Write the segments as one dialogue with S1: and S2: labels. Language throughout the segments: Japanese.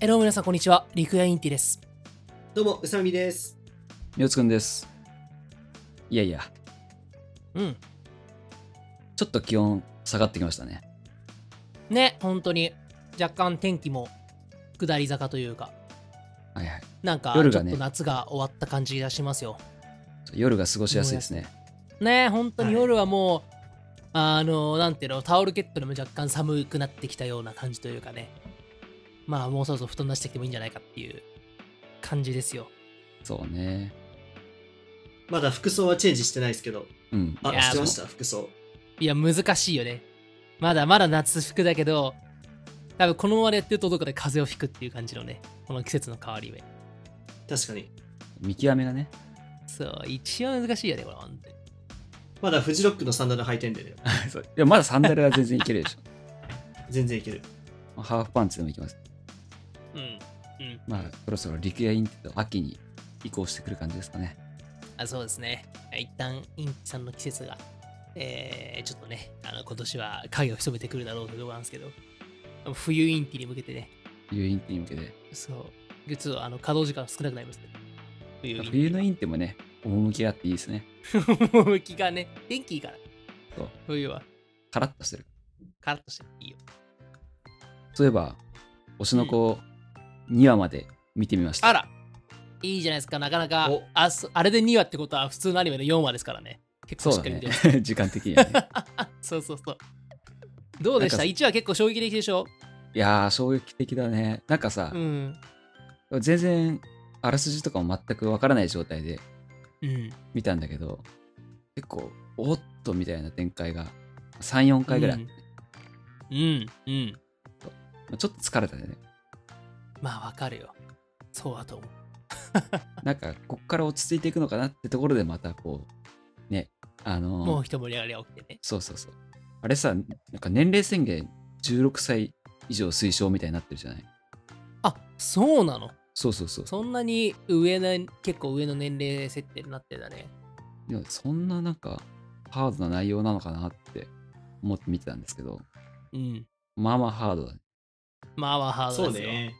S1: えどうも皆さんこんにちはリクヤインティです
S2: どうも、うさみです。
S3: よつくんです。いやいや、
S1: うん
S3: ちょっと気温下がってきましたね。
S1: ね本当に若干天気も下り坂というか
S3: はいはい。
S1: なんかちょっ
S3: 夜
S1: と
S3: がね
S1: 夏が終わった感じがしますよ
S3: 夜が過ごしやすいですね。
S1: ね本当に
S2: はい
S1: 夜はもう、あのなんていうのタオルケットでも若干寒くなってきたような感じというかねまあもうそろそろ布団出してきてもいいんじゃないかっていう感じですよ
S3: そうね。
S2: まだ服装はチェンジしてないですけど。
S3: うん。
S2: あ、
S1: いやー
S2: してました、服装。
S1: いや難しいよねまだまだ夏服だけど多分このままでやってるとどこかで風邪をひくっていう感じのねこの季節の変わり目
S2: 確かに。
S3: 見極めがね。
S1: そう、一番難しいよね、これ、本当に
S2: まだフジロックのサンダル履いて んで、
S3: そういや、まだサンダルは全然いけるでし
S2: 全然いける。
S3: ょ。ハーフパンツでもいけ ます。
S1: うん。うん。
S3: まあ、そろそろ陸やインテと秋に移行してくる感じですかね。
S1: あ、そうですね。一旦、インチさんの季節が、えー、ちょっとね、あの今年は影を潜めてくるだろうというところなんですけど、冬インティに向けてね、
S3: 冬インテに向けて。
S1: そう、実はあの稼働時間少なくなりますね。冬
S3: 冬のインテもね、趣があっていいですね。
S1: の向きがね、天気いいから。
S3: そう
S1: 冬は、
S3: カラッとしてる。
S1: カラッとしていいよ。
S3: そういえば、推しの子を2話まで見てみました。
S1: あらいいじゃないですか、なかなか
S2: お、
S1: あそあれで2話ってことは、普通のアニメの4話ですからね。結構
S3: そ
S1: しっ
S3: う
S1: か
S3: だ
S1: り見
S3: ね
S1: てます。。
S3: 時間的にはね。
S1: そうそうそう。どうでし
S3: な
S1: た
S3: ん
S1: ?1 話結構衝撃的でしょ
S3: いやー、衝撃的だね。なんかさ、
S1: うん。
S3: 全然あらすじとかも全くわからない状態で
S1: うん。
S3: 見たんだけど結構おっとみたいな展開が34回ぐらいあって、
S1: うん。うん。
S3: まあちょっと疲れたね
S1: まあわかるよ。そうだと思う。
S3: なんかこっから落ち着いていくのかなってところでまたこうねあのー
S1: もう一盛り上がりが起きてね。
S3: そうそうそうあれさなんか年齢宣言16歳以上推奨みたいになってるじゃない
S1: あそうなの。
S3: そうそうそう
S1: そんなに上の、結構上の年齢設定になってたね。
S3: でもそんななんかハードな内容なのかなって思って見てたんですけど
S1: うん。
S3: まあまあハードだね
S1: まあまあハー
S2: そ
S1: ド
S2: う
S1: ですよ。
S2: ね。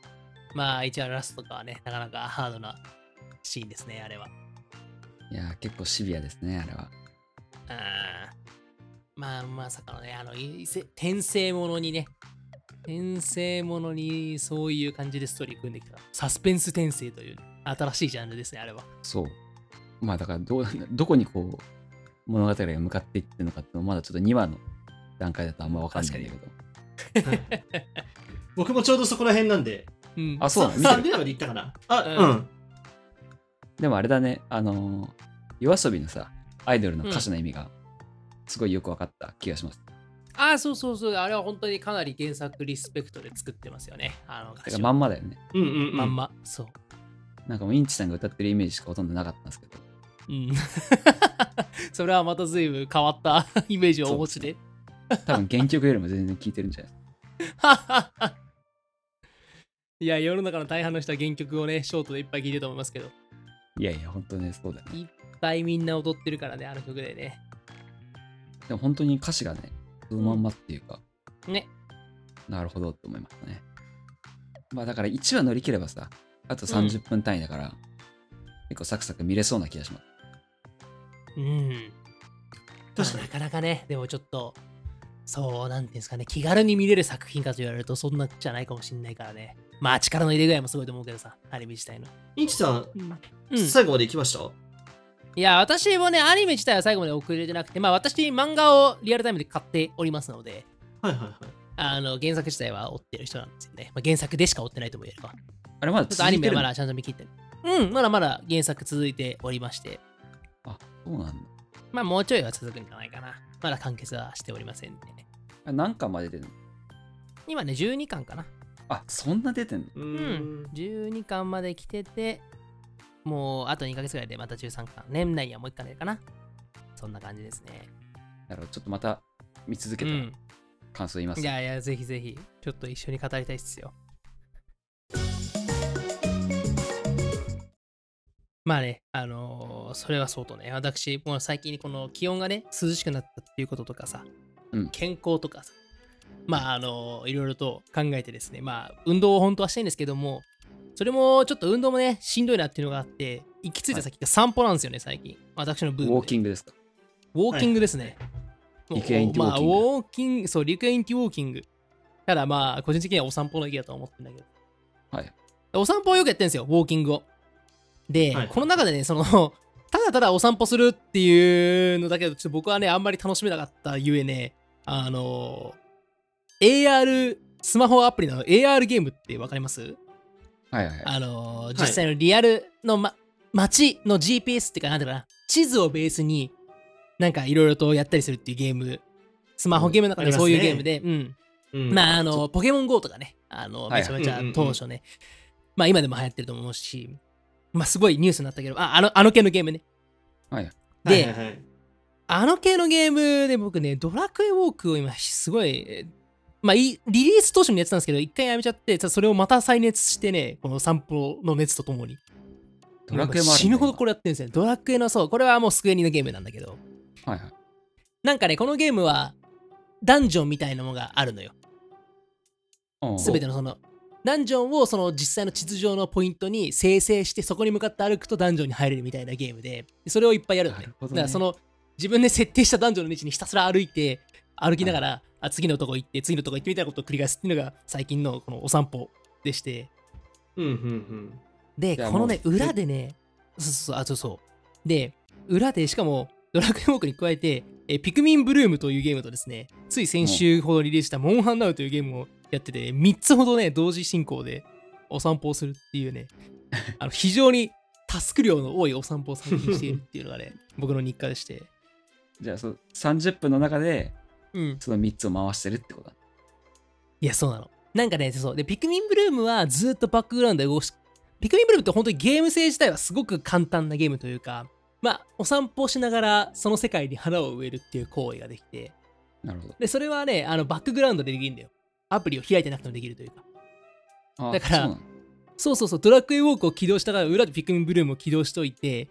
S1: まあ一応ラストとかはね、なかなかハードなシーンですね、あれは。
S3: いやー結構シビアですねあれは
S1: あーまあまさかのねあのいせ転生ものにね転生ものにそういう感じでストーリー組んできたサスペンス転生という新しいジャンルですねあれは
S3: そう。まあだからど、どこにこう、物語が向かっていってるのかっていうのはまだちょっと2話の段階だとあんま分かんないんだけど。
S2: 僕もちょうどそこら辺なんで。
S1: うん
S3: あ、そうな
S2: さ
S3: んだ
S2: サン
S3: 見
S2: デ
S3: てる
S2: ーまで行ったかな。あ、
S1: う
S2: うんん。
S3: でもあれだね、あのー、夜遊びのさ、アイドルの歌詞の意味が、すごいよく分かった気がします。
S1: あそうそうそうあれは本当にかなり原作リスペクトで作ってますよねあの
S3: だか
S1: 歌
S3: ら
S1: 詞
S3: ま
S1: を
S3: んまだよね。
S2: うんうん、うん。
S1: まんまそう
S3: なんかもうインチさんが歌ってるイメージしかほとんどなかったんですけど。
S1: うん それはまた随分変わった イメージをお持ちで
S3: 多分原曲よりも全然聴いてるんじゃない
S1: いや世の中の大半の人は原曲をねショートでいっぱい聴いてると思いますけど
S3: いやいや、本当ね、そうだよね。
S1: いっぱいみんな踊ってるからね、あの曲でね。
S3: でも本当に歌詞がね、そのまんまっていうか、
S1: ね。
S3: なるほどと思いましたね。まあだから1話乗り切ればさ、あと30分単位だから、結構サクサク見れそうな気がします。
S1: うん。
S2: 確か
S1: まあ
S2: に
S1: な。かなかね、でもちょっと、そう、なんていうんですかね、気軽に見れる作品かと言われると、そんなじゃないかもしんないからね。まあ、力の入れ具合もすごいと思うけどさ、アニメ自体の。
S2: インチさん、
S1: うん。
S2: 最後まで行きました
S1: いや、私もね、アニメ自体は最後まで遅れてなくて、まあ、私、漫画をリアルタイムで買っておりますので、
S2: はいはいはい。
S1: あの原作自体は追ってる人なんですよね。まあ、原作でしか追ってないとも言えるか。
S3: あれま
S1: ちょっ
S3: だ
S1: と
S3: 続
S1: アニ
S3: い
S1: メ
S3: て
S1: は
S3: る
S1: ま
S3: の
S1: だちゃんと見切ってる。うん、まだまだ原作続いておりまして、
S3: あ、そうなんだ。
S1: まあ、もうちょいは続くんじゃないかな。まだ完結はしておりませんね。
S3: あ何巻まで出てんの
S1: 今ね、12巻かな。
S3: あ、そんな出てんの
S2: う
S1: う
S2: ー
S1: ん
S2: ん。。
S1: 12巻まで来てて、もうあと2ヶ月ぐらいでまた13巻。年内にはもう1巻出るかな。そんな感じですね。
S3: なるほど、ちょっとまた見続け
S1: う
S3: たら
S1: ん。
S3: 感想言います。
S1: いやいや、ぜひぜひ、ちょっと一緒に語りたいっすよ。まあね、あのーそれはそうとね、私、もう最近この気温がね、涼しくなったっていうこととかさ、
S3: うん
S1: 健康とかさ、まああのいろいろと考えてですねまあ運動を本当はしたいんですけどもそれもちょっと運動もねしんどいなっていうのがあって行き着いた先が散歩なんですよね最近私のブームで
S3: ウォーキングですか。
S1: ウォーキングですね。
S3: はいリクエインティウォー
S1: まあ、ウ
S3: キング
S1: ォーキング、そう、リクエインティウォーキング。ただまあ、個人的にはお散歩の意義だとは思ってるんだけ
S3: はい。
S1: ど。お散歩をよくやってるんですよ、ウォーキングを。で、
S2: はい
S1: この中でね、その、ただただお散歩するっていうのだけど、ちょっと僕はね、あんまり楽しめなかったゆえね、あの、AR、スマホアプリの AR ゲームってわかります
S3: はいはいはい。
S1: あのー実際のリアルの、ま、街の GPS っていうかなんだろうな地図をベースになんかいろいろとやったりするっていうゲームスマホゲームの中でそういう
S2: あり
S1: ゲー
S2: ま
S1: ム
S2: す
S1: で、うん
S2: うん
S1: まああのポケモン GO とかねあの
S3: はい
S1: めちゃめちゃ当初ね、まあ今でも流行ってると思うしまあすごいニュースになったけどああのあの系のゲームね
S3: はい。
S1: で、
S2: はいはいはい
S1: あの系のゲームで僕ね、ドラクエウォークを今、すごい、えーまあ、いリリース当初にやってたんですけど、一回やめちゃって、ただそれをまた再熱してね、この散歩の熱とともに。
S3: ドラクエもあるんだ
S1: 死ぬほどこれやってるんですよ。ドラクエの、そう、これはもうスクエニのゲームなんだけど、
S3: はいはい。
S1: なんかね、このゲームは、ダンジョンみたいなのがあるのよ。
S3: うん
S1: すべてのその、ダンジョンをその実際の地図上のポイントに生成して、そこに向かって歩くとダンジョンに入れるみたいなゲームで、それをいっぱいやるのね。
S3: なるほど
S1: だ
S3: ね
S1: からその、自分で設定したダンジョンの道にひたすら歩いて、歩きながら、あ次のとこ行って、次のとこ行ってみたいなことを繰り返すっていうのが最近のこのお散歩でして、
S2: うんうん
S1: で、
S3: いや
S1: このね、
S3: もう
S1: 裏でね、そうそうそう、あ、そうそう。で、裏で、しかも、ドラクエウォークに加えて、えピクミンブルームというゲームとですね、つい先週ほどリリースしたモンハンナウというゲームをやってて、3つほどね、同時進行でお散歩をするっていう ね、あの非常にタスク量の多いお散歩を最近しているっていうのがね、僕の日課でして。
S3: じゃあそう30分の中で
S1: うん。
S3: その3つを回してるってことだ。
S1: いや、そうなの。なんかね、そう。で、ピクミンブルームはずっとバックグラウンドで動し、ピクミンブルームって本当にゲーム性自体はすごく簡単なゲームというか、まあ、お散歩をしながら、その世界に花を植えるっていう行為ができて、
S3: なるほど。
S1: で、それはね、あの、バックグラウンドでできるんだよ。アプリを開いてなくてもできるというか。
S3: あー
S1: だから
S3: そうなの
S1: そうそうそう、ドラクエウォークを起動したから、裏でピクミンブルームを起動しといて、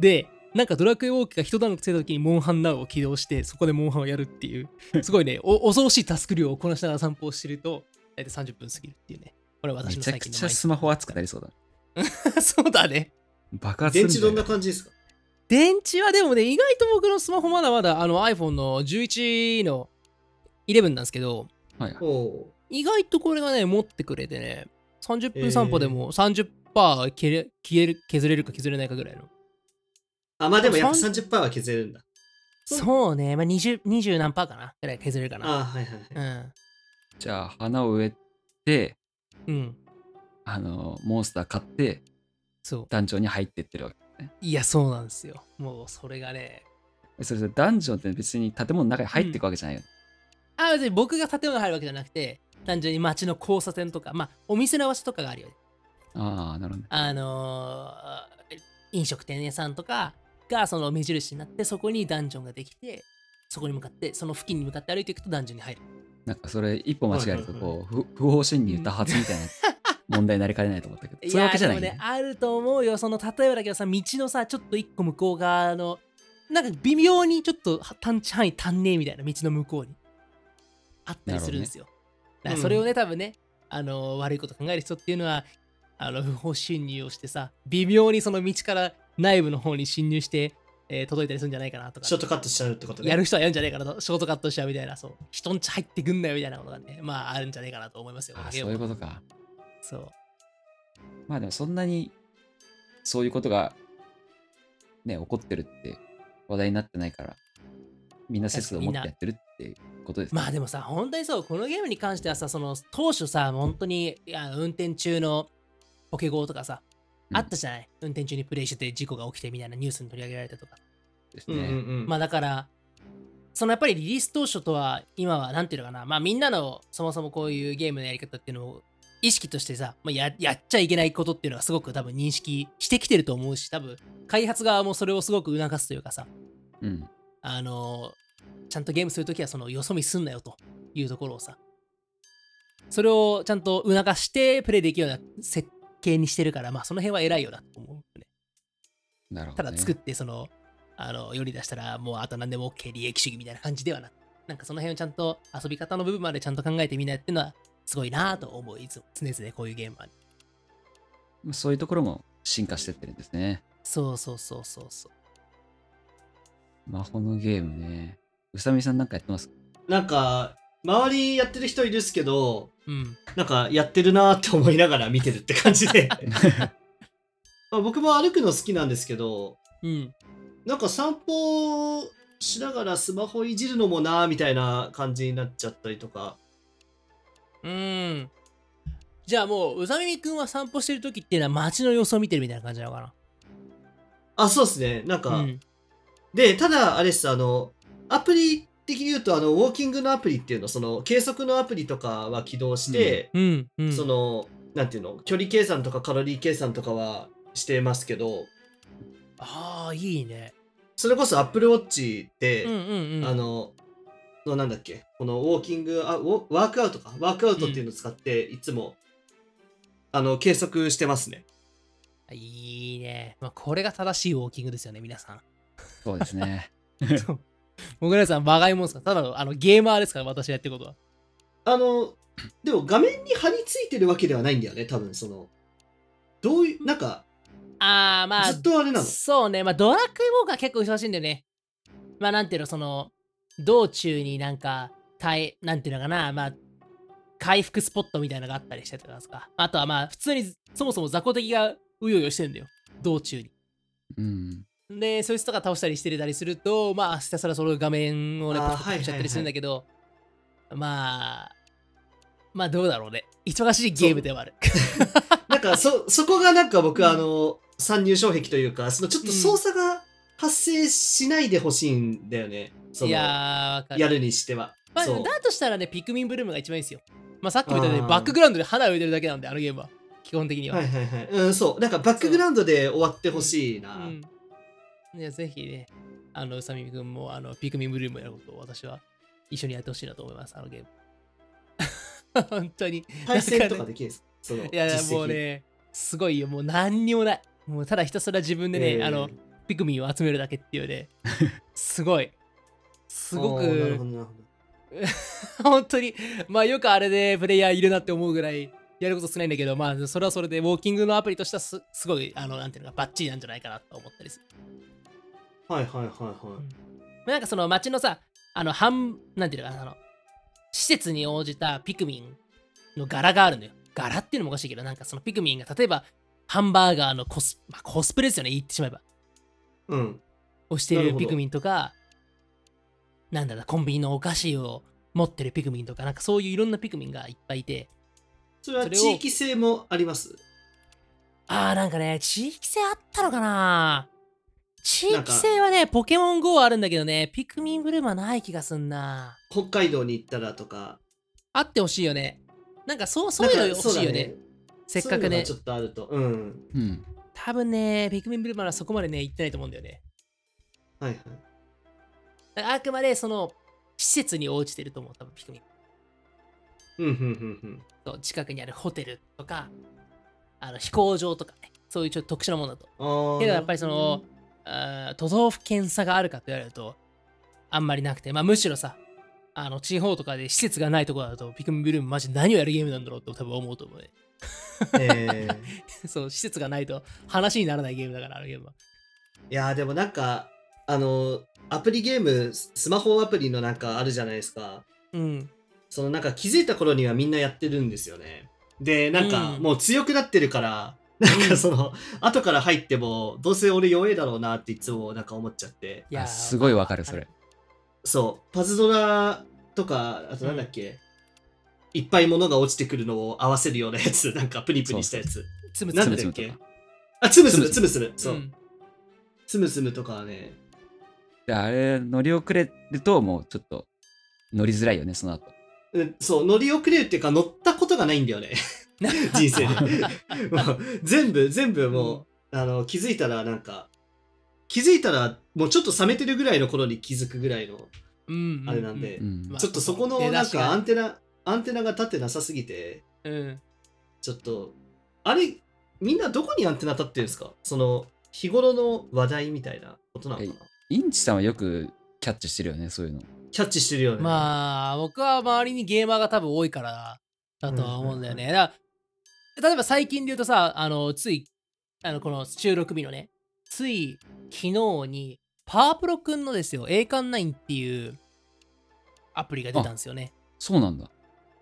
S1: で、なんかドラクエウォークが一段落ついた時にモンハンナウを起動して、そこでモンハンをやるって いう、すごいね、お恐ろしいタスク量をこなしながら散歩をしてると、大体30分過ぎるっていうね。これは
S3: め
S1: 私の
S3: ちゃ
S1: 最
S3: く
S1: 近
S3: ちゃ
S1: の
S3: スマホ熱くなりそうだ。
S1: 毎日 そうだね。
S3: 爆
S2: うん
S3: 発
S2: 電池
S3: するじ
S2: どんな感じですか
S1: 電池はでもね、意外と僕のスマホまだまだあの iPhone の11の11なんですけど、
S3: はいはい。
S2: おお
S1: 意外とこれがね、持ってくれてね、30分散歩でも30%消え消える削れるか削れないかぐらいの。
S2: ー。あ、まあでもやっぱ
S1: さん
S2: 30%は削れるんだ。そう
S1: そうね、まあ、20, 20何パーかなぐらい削れるかな。
S2: あーはいはいはい。
S3: じゃあ花を植えて、
S1: うん。うん。
S3: あのモンスター買って
S1: そう。
S3: ダンジョンに入ってってるわけ、ね。
S1: いや、そうなんですよ。もう、それがね。
S3: それさダンジョンって別に建物の中に入っていくわけじゃないよ、
S1: あ、別に僕が建物に入るわけじゃなくて、単純に街の交差点とか、まあ、お店の場所とかがあるよね。
S3: ああ、なるほどね。
S1: あのー飲食店屋さんとかがその目印になって、そこにダンジョンができて、そこに向かって、その付近に向かって歩いていくとダンジョンに入る。
S3: なんかそれ一歩間違えると
S2: はいはい
S3: こう、不不法侵入多発みたいな問題になりかねないと 思ったけど、そういうわけじゃない、
S1: やでも
S3: ね
S1: ね。あると思うよその例えばだけどさ道のさちょっと一個向こう側のなんか微妙にちょっとは探知範囲足んねえみたいな道の向こうにあったりするんですよ、だ
S2: な
S1: か
S2: る
S1: ら
S2: ほ
S1: そ
S2: どね
S1: れをね、多分ねあの悪いこと考える人っていうのはあの不法侵入をしてさ微妙にその道から内部の方に侵入して、えー届いたりするんじゃないかなとか
S2: ショートカットしちゃうってことね。
S1: やる人はやるんじゃないかなとショートカットしちゃうみたいなそう人んち入ってくんなよみたいなことがねまああるんじゃないかなと思いますよ
S3: ああ、
S1: ゲー
S3: そう
S1: ム
S3: いうことか。
S1: そう
S3: まあでもそんなにそういうことがね、起こってるって話題になってないから、みんな節度を持ってやってるってことですね。
S1: まあでもさ、本当にそう、このゲームに関してはさ、その当初さ、本当にいや運転中のポケゴーとかさ、
S3: うん
S1: あったじゃない、運転中にプレイしてて事故が起きてみたいなニュースに取り上げられたとか。
S3: です
S2: うんうん
S3: ね。
S2: うん。
S1: まあだから、そのやっぱりリリース当初とは今はなんていうのかな、まあみんなのそもそもこういうゲームのやり方っていうのを意識としてさ、まあ、ややっちゃいけないことっていうのはすごく多分認識してきてると思うし、多分開発側もそれをすごく促すというかさ、
S3: うん。
S1: あのちゃんとゲームするときはそのよそ見すんなよというところをさ、それをちゃんと促してプレイできるような設計にしてるから、まあその辺は偉いよなと思う、ね。
S3: なるほ
S1: た
S3: ど、
S1: だ
S3: ね。
S1: 作ってその、あの、世に出したらもうあと何でも OK 利益主義みたいな感じではなくなんかその辺をちゃんと遊び方の部分までちゃんと考えてみんなやってるのはすごいなぁと思う。いつも常々こういうゲームは。
S3: まあそういうところも進化してってるんですね。
S1: そうそうそうそうそう。
S3: 魔法のゲームね。うさみさんなんかやってますか
S2: なんか、周りやってる人いるっすけど、
S1: うん。
S2: なんかやってるなーって思いながら見てるって感じ で。まあ僕も歩くの好きなんですけど、
S1: うん。
S2: なんか散歩しながらスマホいじるのもなーみたいな感じになっちゃったりとか。
S1: うん。じゃあもう、うさみみくんは散歩してる時っていうのは街の様子を見てるみたいな感じなのか
S2: あ、そうですね。なん
S1: な
S2: か、
S1: うん。
S2: で、ただ、あれです、あの、アプリ的に言うと、あの、ウォーキングのアプリっていうの、その、計測のアプリとかは起動して、
S1: うん。うん。
S2: その、なんていうの、距離計算とかカロリー計算とかはしてますけど、
S1: ああ、いいね。
S2: それこそ Apple Watch って、
S1: うんうんうん。
S2: あ、の、のなんだっけ、このウォーキング、あウォワークアウトか、ワークアウトっていうのを使って、いつも、あの、計測してますね。
S1: いいね。まあ、これが正しいウォーキングですよね、皆さん。
S3: そうですね。
S1: 僕らさん、バカいもんですから、ただのあのゲーマーですから、私がやってることは。
S2: あの、でも画面に貼り付いてるわけではないんだよね、多分、その、どういう、なんか、
S1: ああ、まあ
S2: ずっ、とあれなの。
S1: そうね、まあ、ドラクエウォーカー結構忙しいんだよね。まあ、なんていうの、その、道中になんか、耐え、なんていうのかな、まあ、回復スポットみたいなのがあったりしてたんですか。あとはまあ、普通に、そもそも雑魚敵がうようよしてるんだよ。道中に。
S3: うん。
S1: で、そいつとか倒したりしてたりすると、まあ、ひたすらその画面をね、
S2: あ
S1: ポ
S2: ー
S1: チポチポチしちゃったりするんだけど、まあ、まあ、どうだろうね。忙しいゲームではある。
S2: なんか そ、そこがなんか
S1: うん
S2: 僕、あの、参入障壁というか、そのちょっと
S1: うん
S2: 操作が発生しないでほしいんだよね。その
S1: いやー、わかる。
S2: やるにしては。
S1: まあ、
S2: そう
S1: だとしたらね、ピクミンブルームが一番いいですよ。まあ、さっきも言ったように、
S2: あー
S1: バックグラウンドで花を植えてるだけなんで、あのゲームは。基本的には。
S2: はいはいはい。うん、そう。なんかバックグラウンドで終わってほしいな。
S1: うん。いや、ぜひね、あの、うさみみくんも、あの、ピクミンブルームやることを私は一緒にやってほしいなと思います、あのゲーム。 本当に。
S2: 対戦とかできるんですかその
S1: いや、
S2: 実績
S1: もうね、すごいよ。もう何にもない。もうただひたすら自分でね、
S2: えー
S1: あの、ピクミンを集めるだけっていう ね、すごい。すご
S2: あーなる
S1: く
S2: ほどなるほど
S1: 本当に、まあよくあれでプレイヤーいるなって思うぐらいやること少ないんだけど、まあそれはそれでウォーキングのアプリとしてはすすごい、あの、なんていうのか、バッチリなんじゃないかなと思ったりする。
S2: はいはいはいは
S1: まあなんかその街のさ、あの、半、なんていうのかな、あの、施設に応じたピクミンの柄があるのよ。柄っていうのもおかしいけど、なんかそのピクミンが例えば、ハンバーガーのコス,、まあ、コスプレですよね、言ってしまえば。
S2: い。うん。
S1: をして
S2: ないる
S1: る
S2: ほど
S1: ピクミンとか、なんだろうな、コンビニのお菓子を持ってるピクミンとか、なんかそういういろんなピクミンがいっぱいいて、
S2: それは
S1: それを
S2: 地域性もあります。
S1: あーなんかね、地域性あったのかな地域性はね、ポケモン GO はあるんだけどね、ピクミンブルームはない気がすんな。
S2: 北海道に行ったらとか。
S1: あってほしいよね。なんかそうそういうの
S2: なんか
S1: 欲しいよね。。せ
S2: せ
S1: っかくね
S2: ちょっとあると。うん。
S3: うん。
S1: 多分ね、ピクミンブルームはそこまでね、行ってないと思うんだよね。
S2: はいはい。
S1: だからあくまでその、施設に応じてると思う、多分ピクミン。
S2: うんうんうんうん。
S1: そう近くにあるホテルとか、あの飛行場とかね、そういうちょっと特殊なものだと。
S2: ああ。
S1: けどやっぱりその、あー都道府県差があるかと言われるとあんまりなくて、まあ、むしろさあの地方とかで施設がないところだとピクミンブルームマジ何をやるゲームなんだろうって多分思うと思うね
S2: えー
S1: そう施設がないと話にならないゲームだからあのゲームはい
S2: やーでもなんかあのアプリゲームススマホアプリのなんかあるじゃないですか
S1: うん
S2: そのなんか気づいた頃にはみんなやってるんですよねでなんか
S1: うん
S2: もう強くなってるから、なんかその後から入ってもどうせ俺弱えだろうなっていつもなんか思っちゃって
S1: いやー
S3: あすごいわかる、それ。
S2: そうパズドラとかあとなんだっけ、いっぱい物が落ちてくるのを合わせるようなやつ なんかプニプニしたやつ
S1: つむつむ
S2: なんだ
S3: む
S2: っ
S3: つむ
S2: け
S3: とか
S2: あつむつむつむつむそう、
S1: ん
S2: つむつむとかはね
S3: で、あれ、乗り遅れると、もうちょっと乗りづらいよね、その後。
S2: うんそう乗り遅れるっていうか乗ったことがないんだよね 人生でもう全部全部もう、あの気づいたらなんか気づいたらもうちょっと冷めてるぐらいの頃に気づくぐらいの
S1: うん
S2: あれなんで、
S3: うん
S1: まあ
S2: ちょっとそこの
S1: 出
S2: な
S1: だ
S2: ん
S1: しが
S2: かアンテナアンテナが立ってなさすぎて
S1: うん
S2: ちょっとあれみんなどこにアンテナ立ってるんですかその日頃の話題みたいなことなのかな、
S3: インチさんはよくキャッチしてるよね、そういうの。
S2: キャッチしてるよね。あ、
S1: まあ、僕は周りにゲーマーが多分多いからだとは思うんだよね。だから例えば最近で言うとさ、あの、つい、あの、この収録日のね、つい昨日に、パワープロくんのですよ、栄冠9っていうアプリが出たんですよね。
S3: そうなんだ。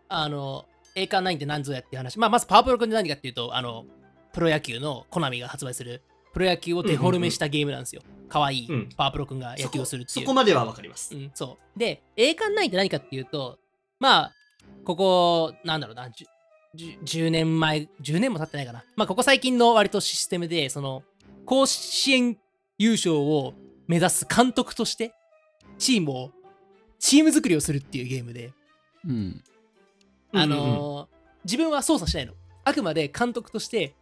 S1: あの、栄冠9って何ぞやっていう話。まあ、まずパワープロくんって何かっていうと、あの、プロ野球のコナミが発売する、プロ野球をデフォルメしたゲームなんですよ。可愛い
S2: うん
S1: パワープロくんが野
S2: そ
S1: 球を
S2: こ
S1: するって
S2: そ
S1: いう
S2: こ。まではわかります
S1: う。ん、そう。で、栄冠9って何かっていうと、まあ、ここ、なんだろうな、じゅじゅ 10, 年前、10年も経ってないかな。まあ、ここ最近の割とシステムで、その、甲子園優勝を目指す監督として、チームを、チーム作りをするっていうゲームで、
S3: うん。
S1: あ
S2: うんうんうん
S1: のー自分は操作しないの。あくまで監督として、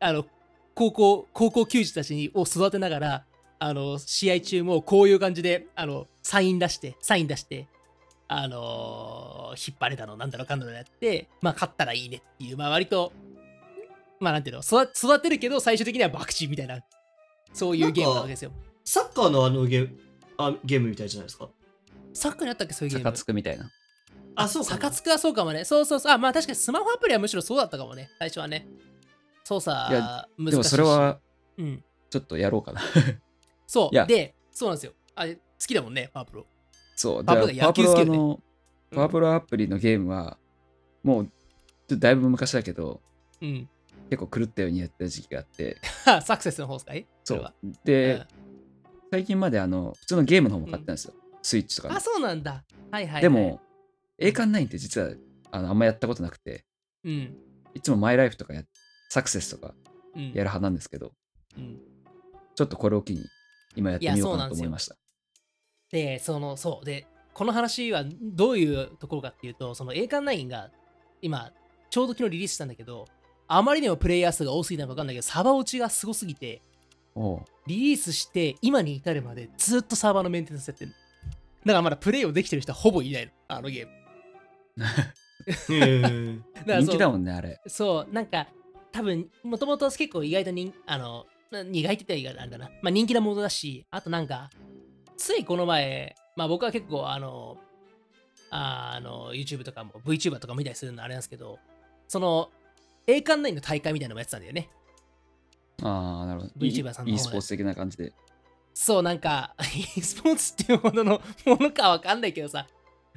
S1: あの、高校、高校球児たちにを育てながら、あの、試合中もこういう感じで、あの、サイン出して、サイン出して、あのー引っ張れたの、なんだろうかんだろうやって、まあ、勝ったらいいねっていう、まあ、割と、まあ、なんていうの、育育てるけど、最終的には爆打みたいな、そういうゲームなわけですよ。
S2: サッカーのあのゲーあゲームみたいじゃないですか。
S1: サッカーにあったっけ、そういうゲーム。
S3: 坂つくみたいな。
S2: あ、そうかな。
S1: 坂つくはそうかもね。そうそうそう。あ、まあ確かにスマホアプリはむしろそうだったかもね。最初はね。操作
S3: いや
S1: 難しいし。
S3: でもそれは
S1: うん。
S3: ちょっとやろうかな。
S1: そ。
S3: いうや
S1: で、そうなんですよ。あれ、好きだもんね、パープロ。
S3: そう。
S1: パ
S3: だ
S1: ワ
S3: か
S1: ー
S3: ら
S1: プロ
S3: パワープ
S1: 野球
S3: ロ
S1: 好き
S3: あ
S1: よね
S3: の、パワープロアプリのゲームは、もう、ちょっとだいぶ昔だけど、
S1: うん。
S3: 結構狂ったようにやってた時期があって、
S1: はサクセスの方ですかい
S3: そ
S1: れは
S3: う。で、最近まであの、普通のゲームの方も買ってたんですよ。スイッチとか
S1: うん
S3: の
S1: あ、。そうなんだ。はいはい、はい。
S3: でも、栄冠9って実はあのあんまやったことなくて、
S1: うん、
S3: いつもマイライフとかやサクセスとか
S1: うん。
S3: やる派なんですけど、
S1: うん
S3: ちょっとこれを機に今やってみようかなと思いました。
S1: で、その、そう。で、この話はどういうところかっていうと、その栄冠9が今、ちょうど昨日リリースしたんだけど、あまりにもプレイヤー数が多すぎたのか分かんないけど、サバ落ちがすごすぎて、
S3: おう
S1: リリースして今に至るまでずっとサーバーのメンテナンスやってるだからまだプレイをできてる人はほぼいないのあのゲーム
S2: へー
S1: だからそう
S3: 人気だもんね、あれ。
S1: そうなんか多分もともと結構意外とにあのな意外って言ったら意外なんだな、まあ、人気なものだしあとなんかついこの前まあ僕は結構あのあーあの YouTube とかも VTuber とか見たりするのあれなんですけどその栄冠9の大会みたいなのもやってたんだよね
S3: ああ、なるほど。い
S1: VTuber さんの方で
S3: e スポーツ的な感じで。
S1: そう、なんか、e スポーツっていうもののものかわかんないけどさ、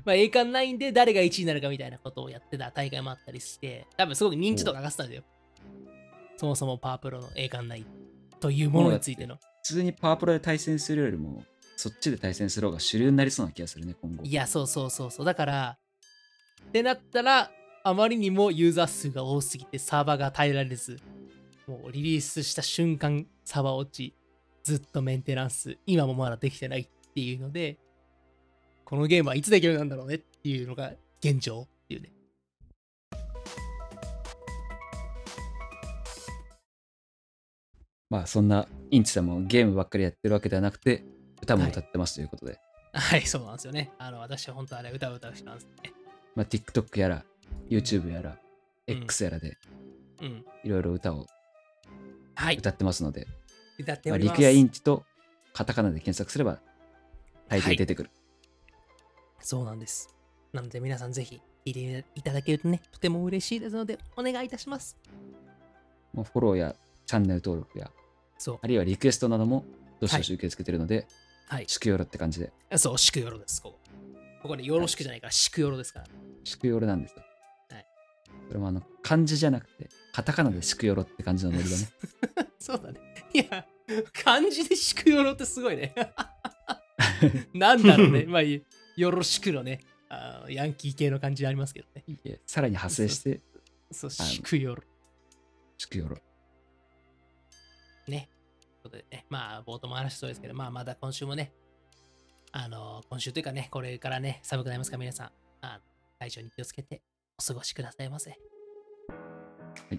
S1: まあ、栄冠ないんで誰が1位になるかみたいなことをやってた大会もあったりして、多分すごく認知度が上がってたんだよ。そもそもパワープロの栄冠ないというものについての。
S3: 普通にパワープロで対戦するよりも、そっちで対戦する方が主流になりそうな気がするね、今後。
S1: いや、そうそうそうそう。だから、ってなったら、あまりにもユーザー数が多すぎてサーバーが耐えられず、もうリリースした瞬間、サーバー落ち、ずっとメンテナンス、今もまだできてないっていうので、このゲームはいつできるようになるんだろうねっていうのが現状っていうね。
S3: まあ、そんなインチさんもゲームばっかりやってるわけではなくて、歌も歌ってますということで、
S1: はい、そうなんですよね。あの、私は本当はね、歌を歌う人なんですね。
S3: まあ、TikTok やら、YouTube やら、
S1: うん
S3: X やらで、
S1: うん。
S3: いろいろ歌を
S1: はい、
S3: 歌ってますので、
S1: 歌ってお
S3: まあ、
S1: り
S3: リ
S1: ます。
S3: クヤインチとカタカナで検索すれば大抵出てくる。
S1: そうなんです。なので皆さんぜひ聞いていただけるとね、とても嬉しいですので、お願いいたします。
S3: まあフォローやチャンネル登録や、
S1: そう
S3: あ。るいはリクエストなどもどしどし受け付けてるので、
S1: はい。
S3: 祝よろって感じで、
S1: そう、しくよろです、ここ。ここね、よろしくじゃないから、しくよろですから。
S3: 祝よろなんですよ。
S1: はい
S3: それもあの漢字じゃなくて、カタカナで祝よろって感じのノリ だね。
S1: そうだね。いや、漢字でしくよろってすごいね。 なんだろうね。まあいい、よろしくのねあー。ヤンキー系の感じありますけどね。
S3: いえさらに派生して、
S1: そう、
S3: あの
S1: しくよろ。
S3: 祝よろ。
S1: ね。ということでね、まあ、冒頭も話したそうですけど、まあ、まだ今週もね、あの今週というかね、これからね、寒くなりますから、皆さん、あの体調に気をつけてお過ごしくださいませ。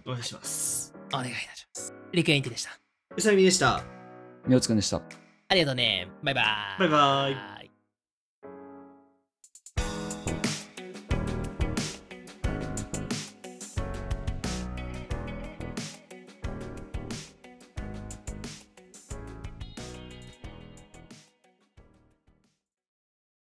S2: お願いします。
S1: お願いいたします。リクエインティでした。
S2: うさみでした。
S3: みおつくんでした。
S1: ありがとうね。バイバーイ。
S2: バイバーイ。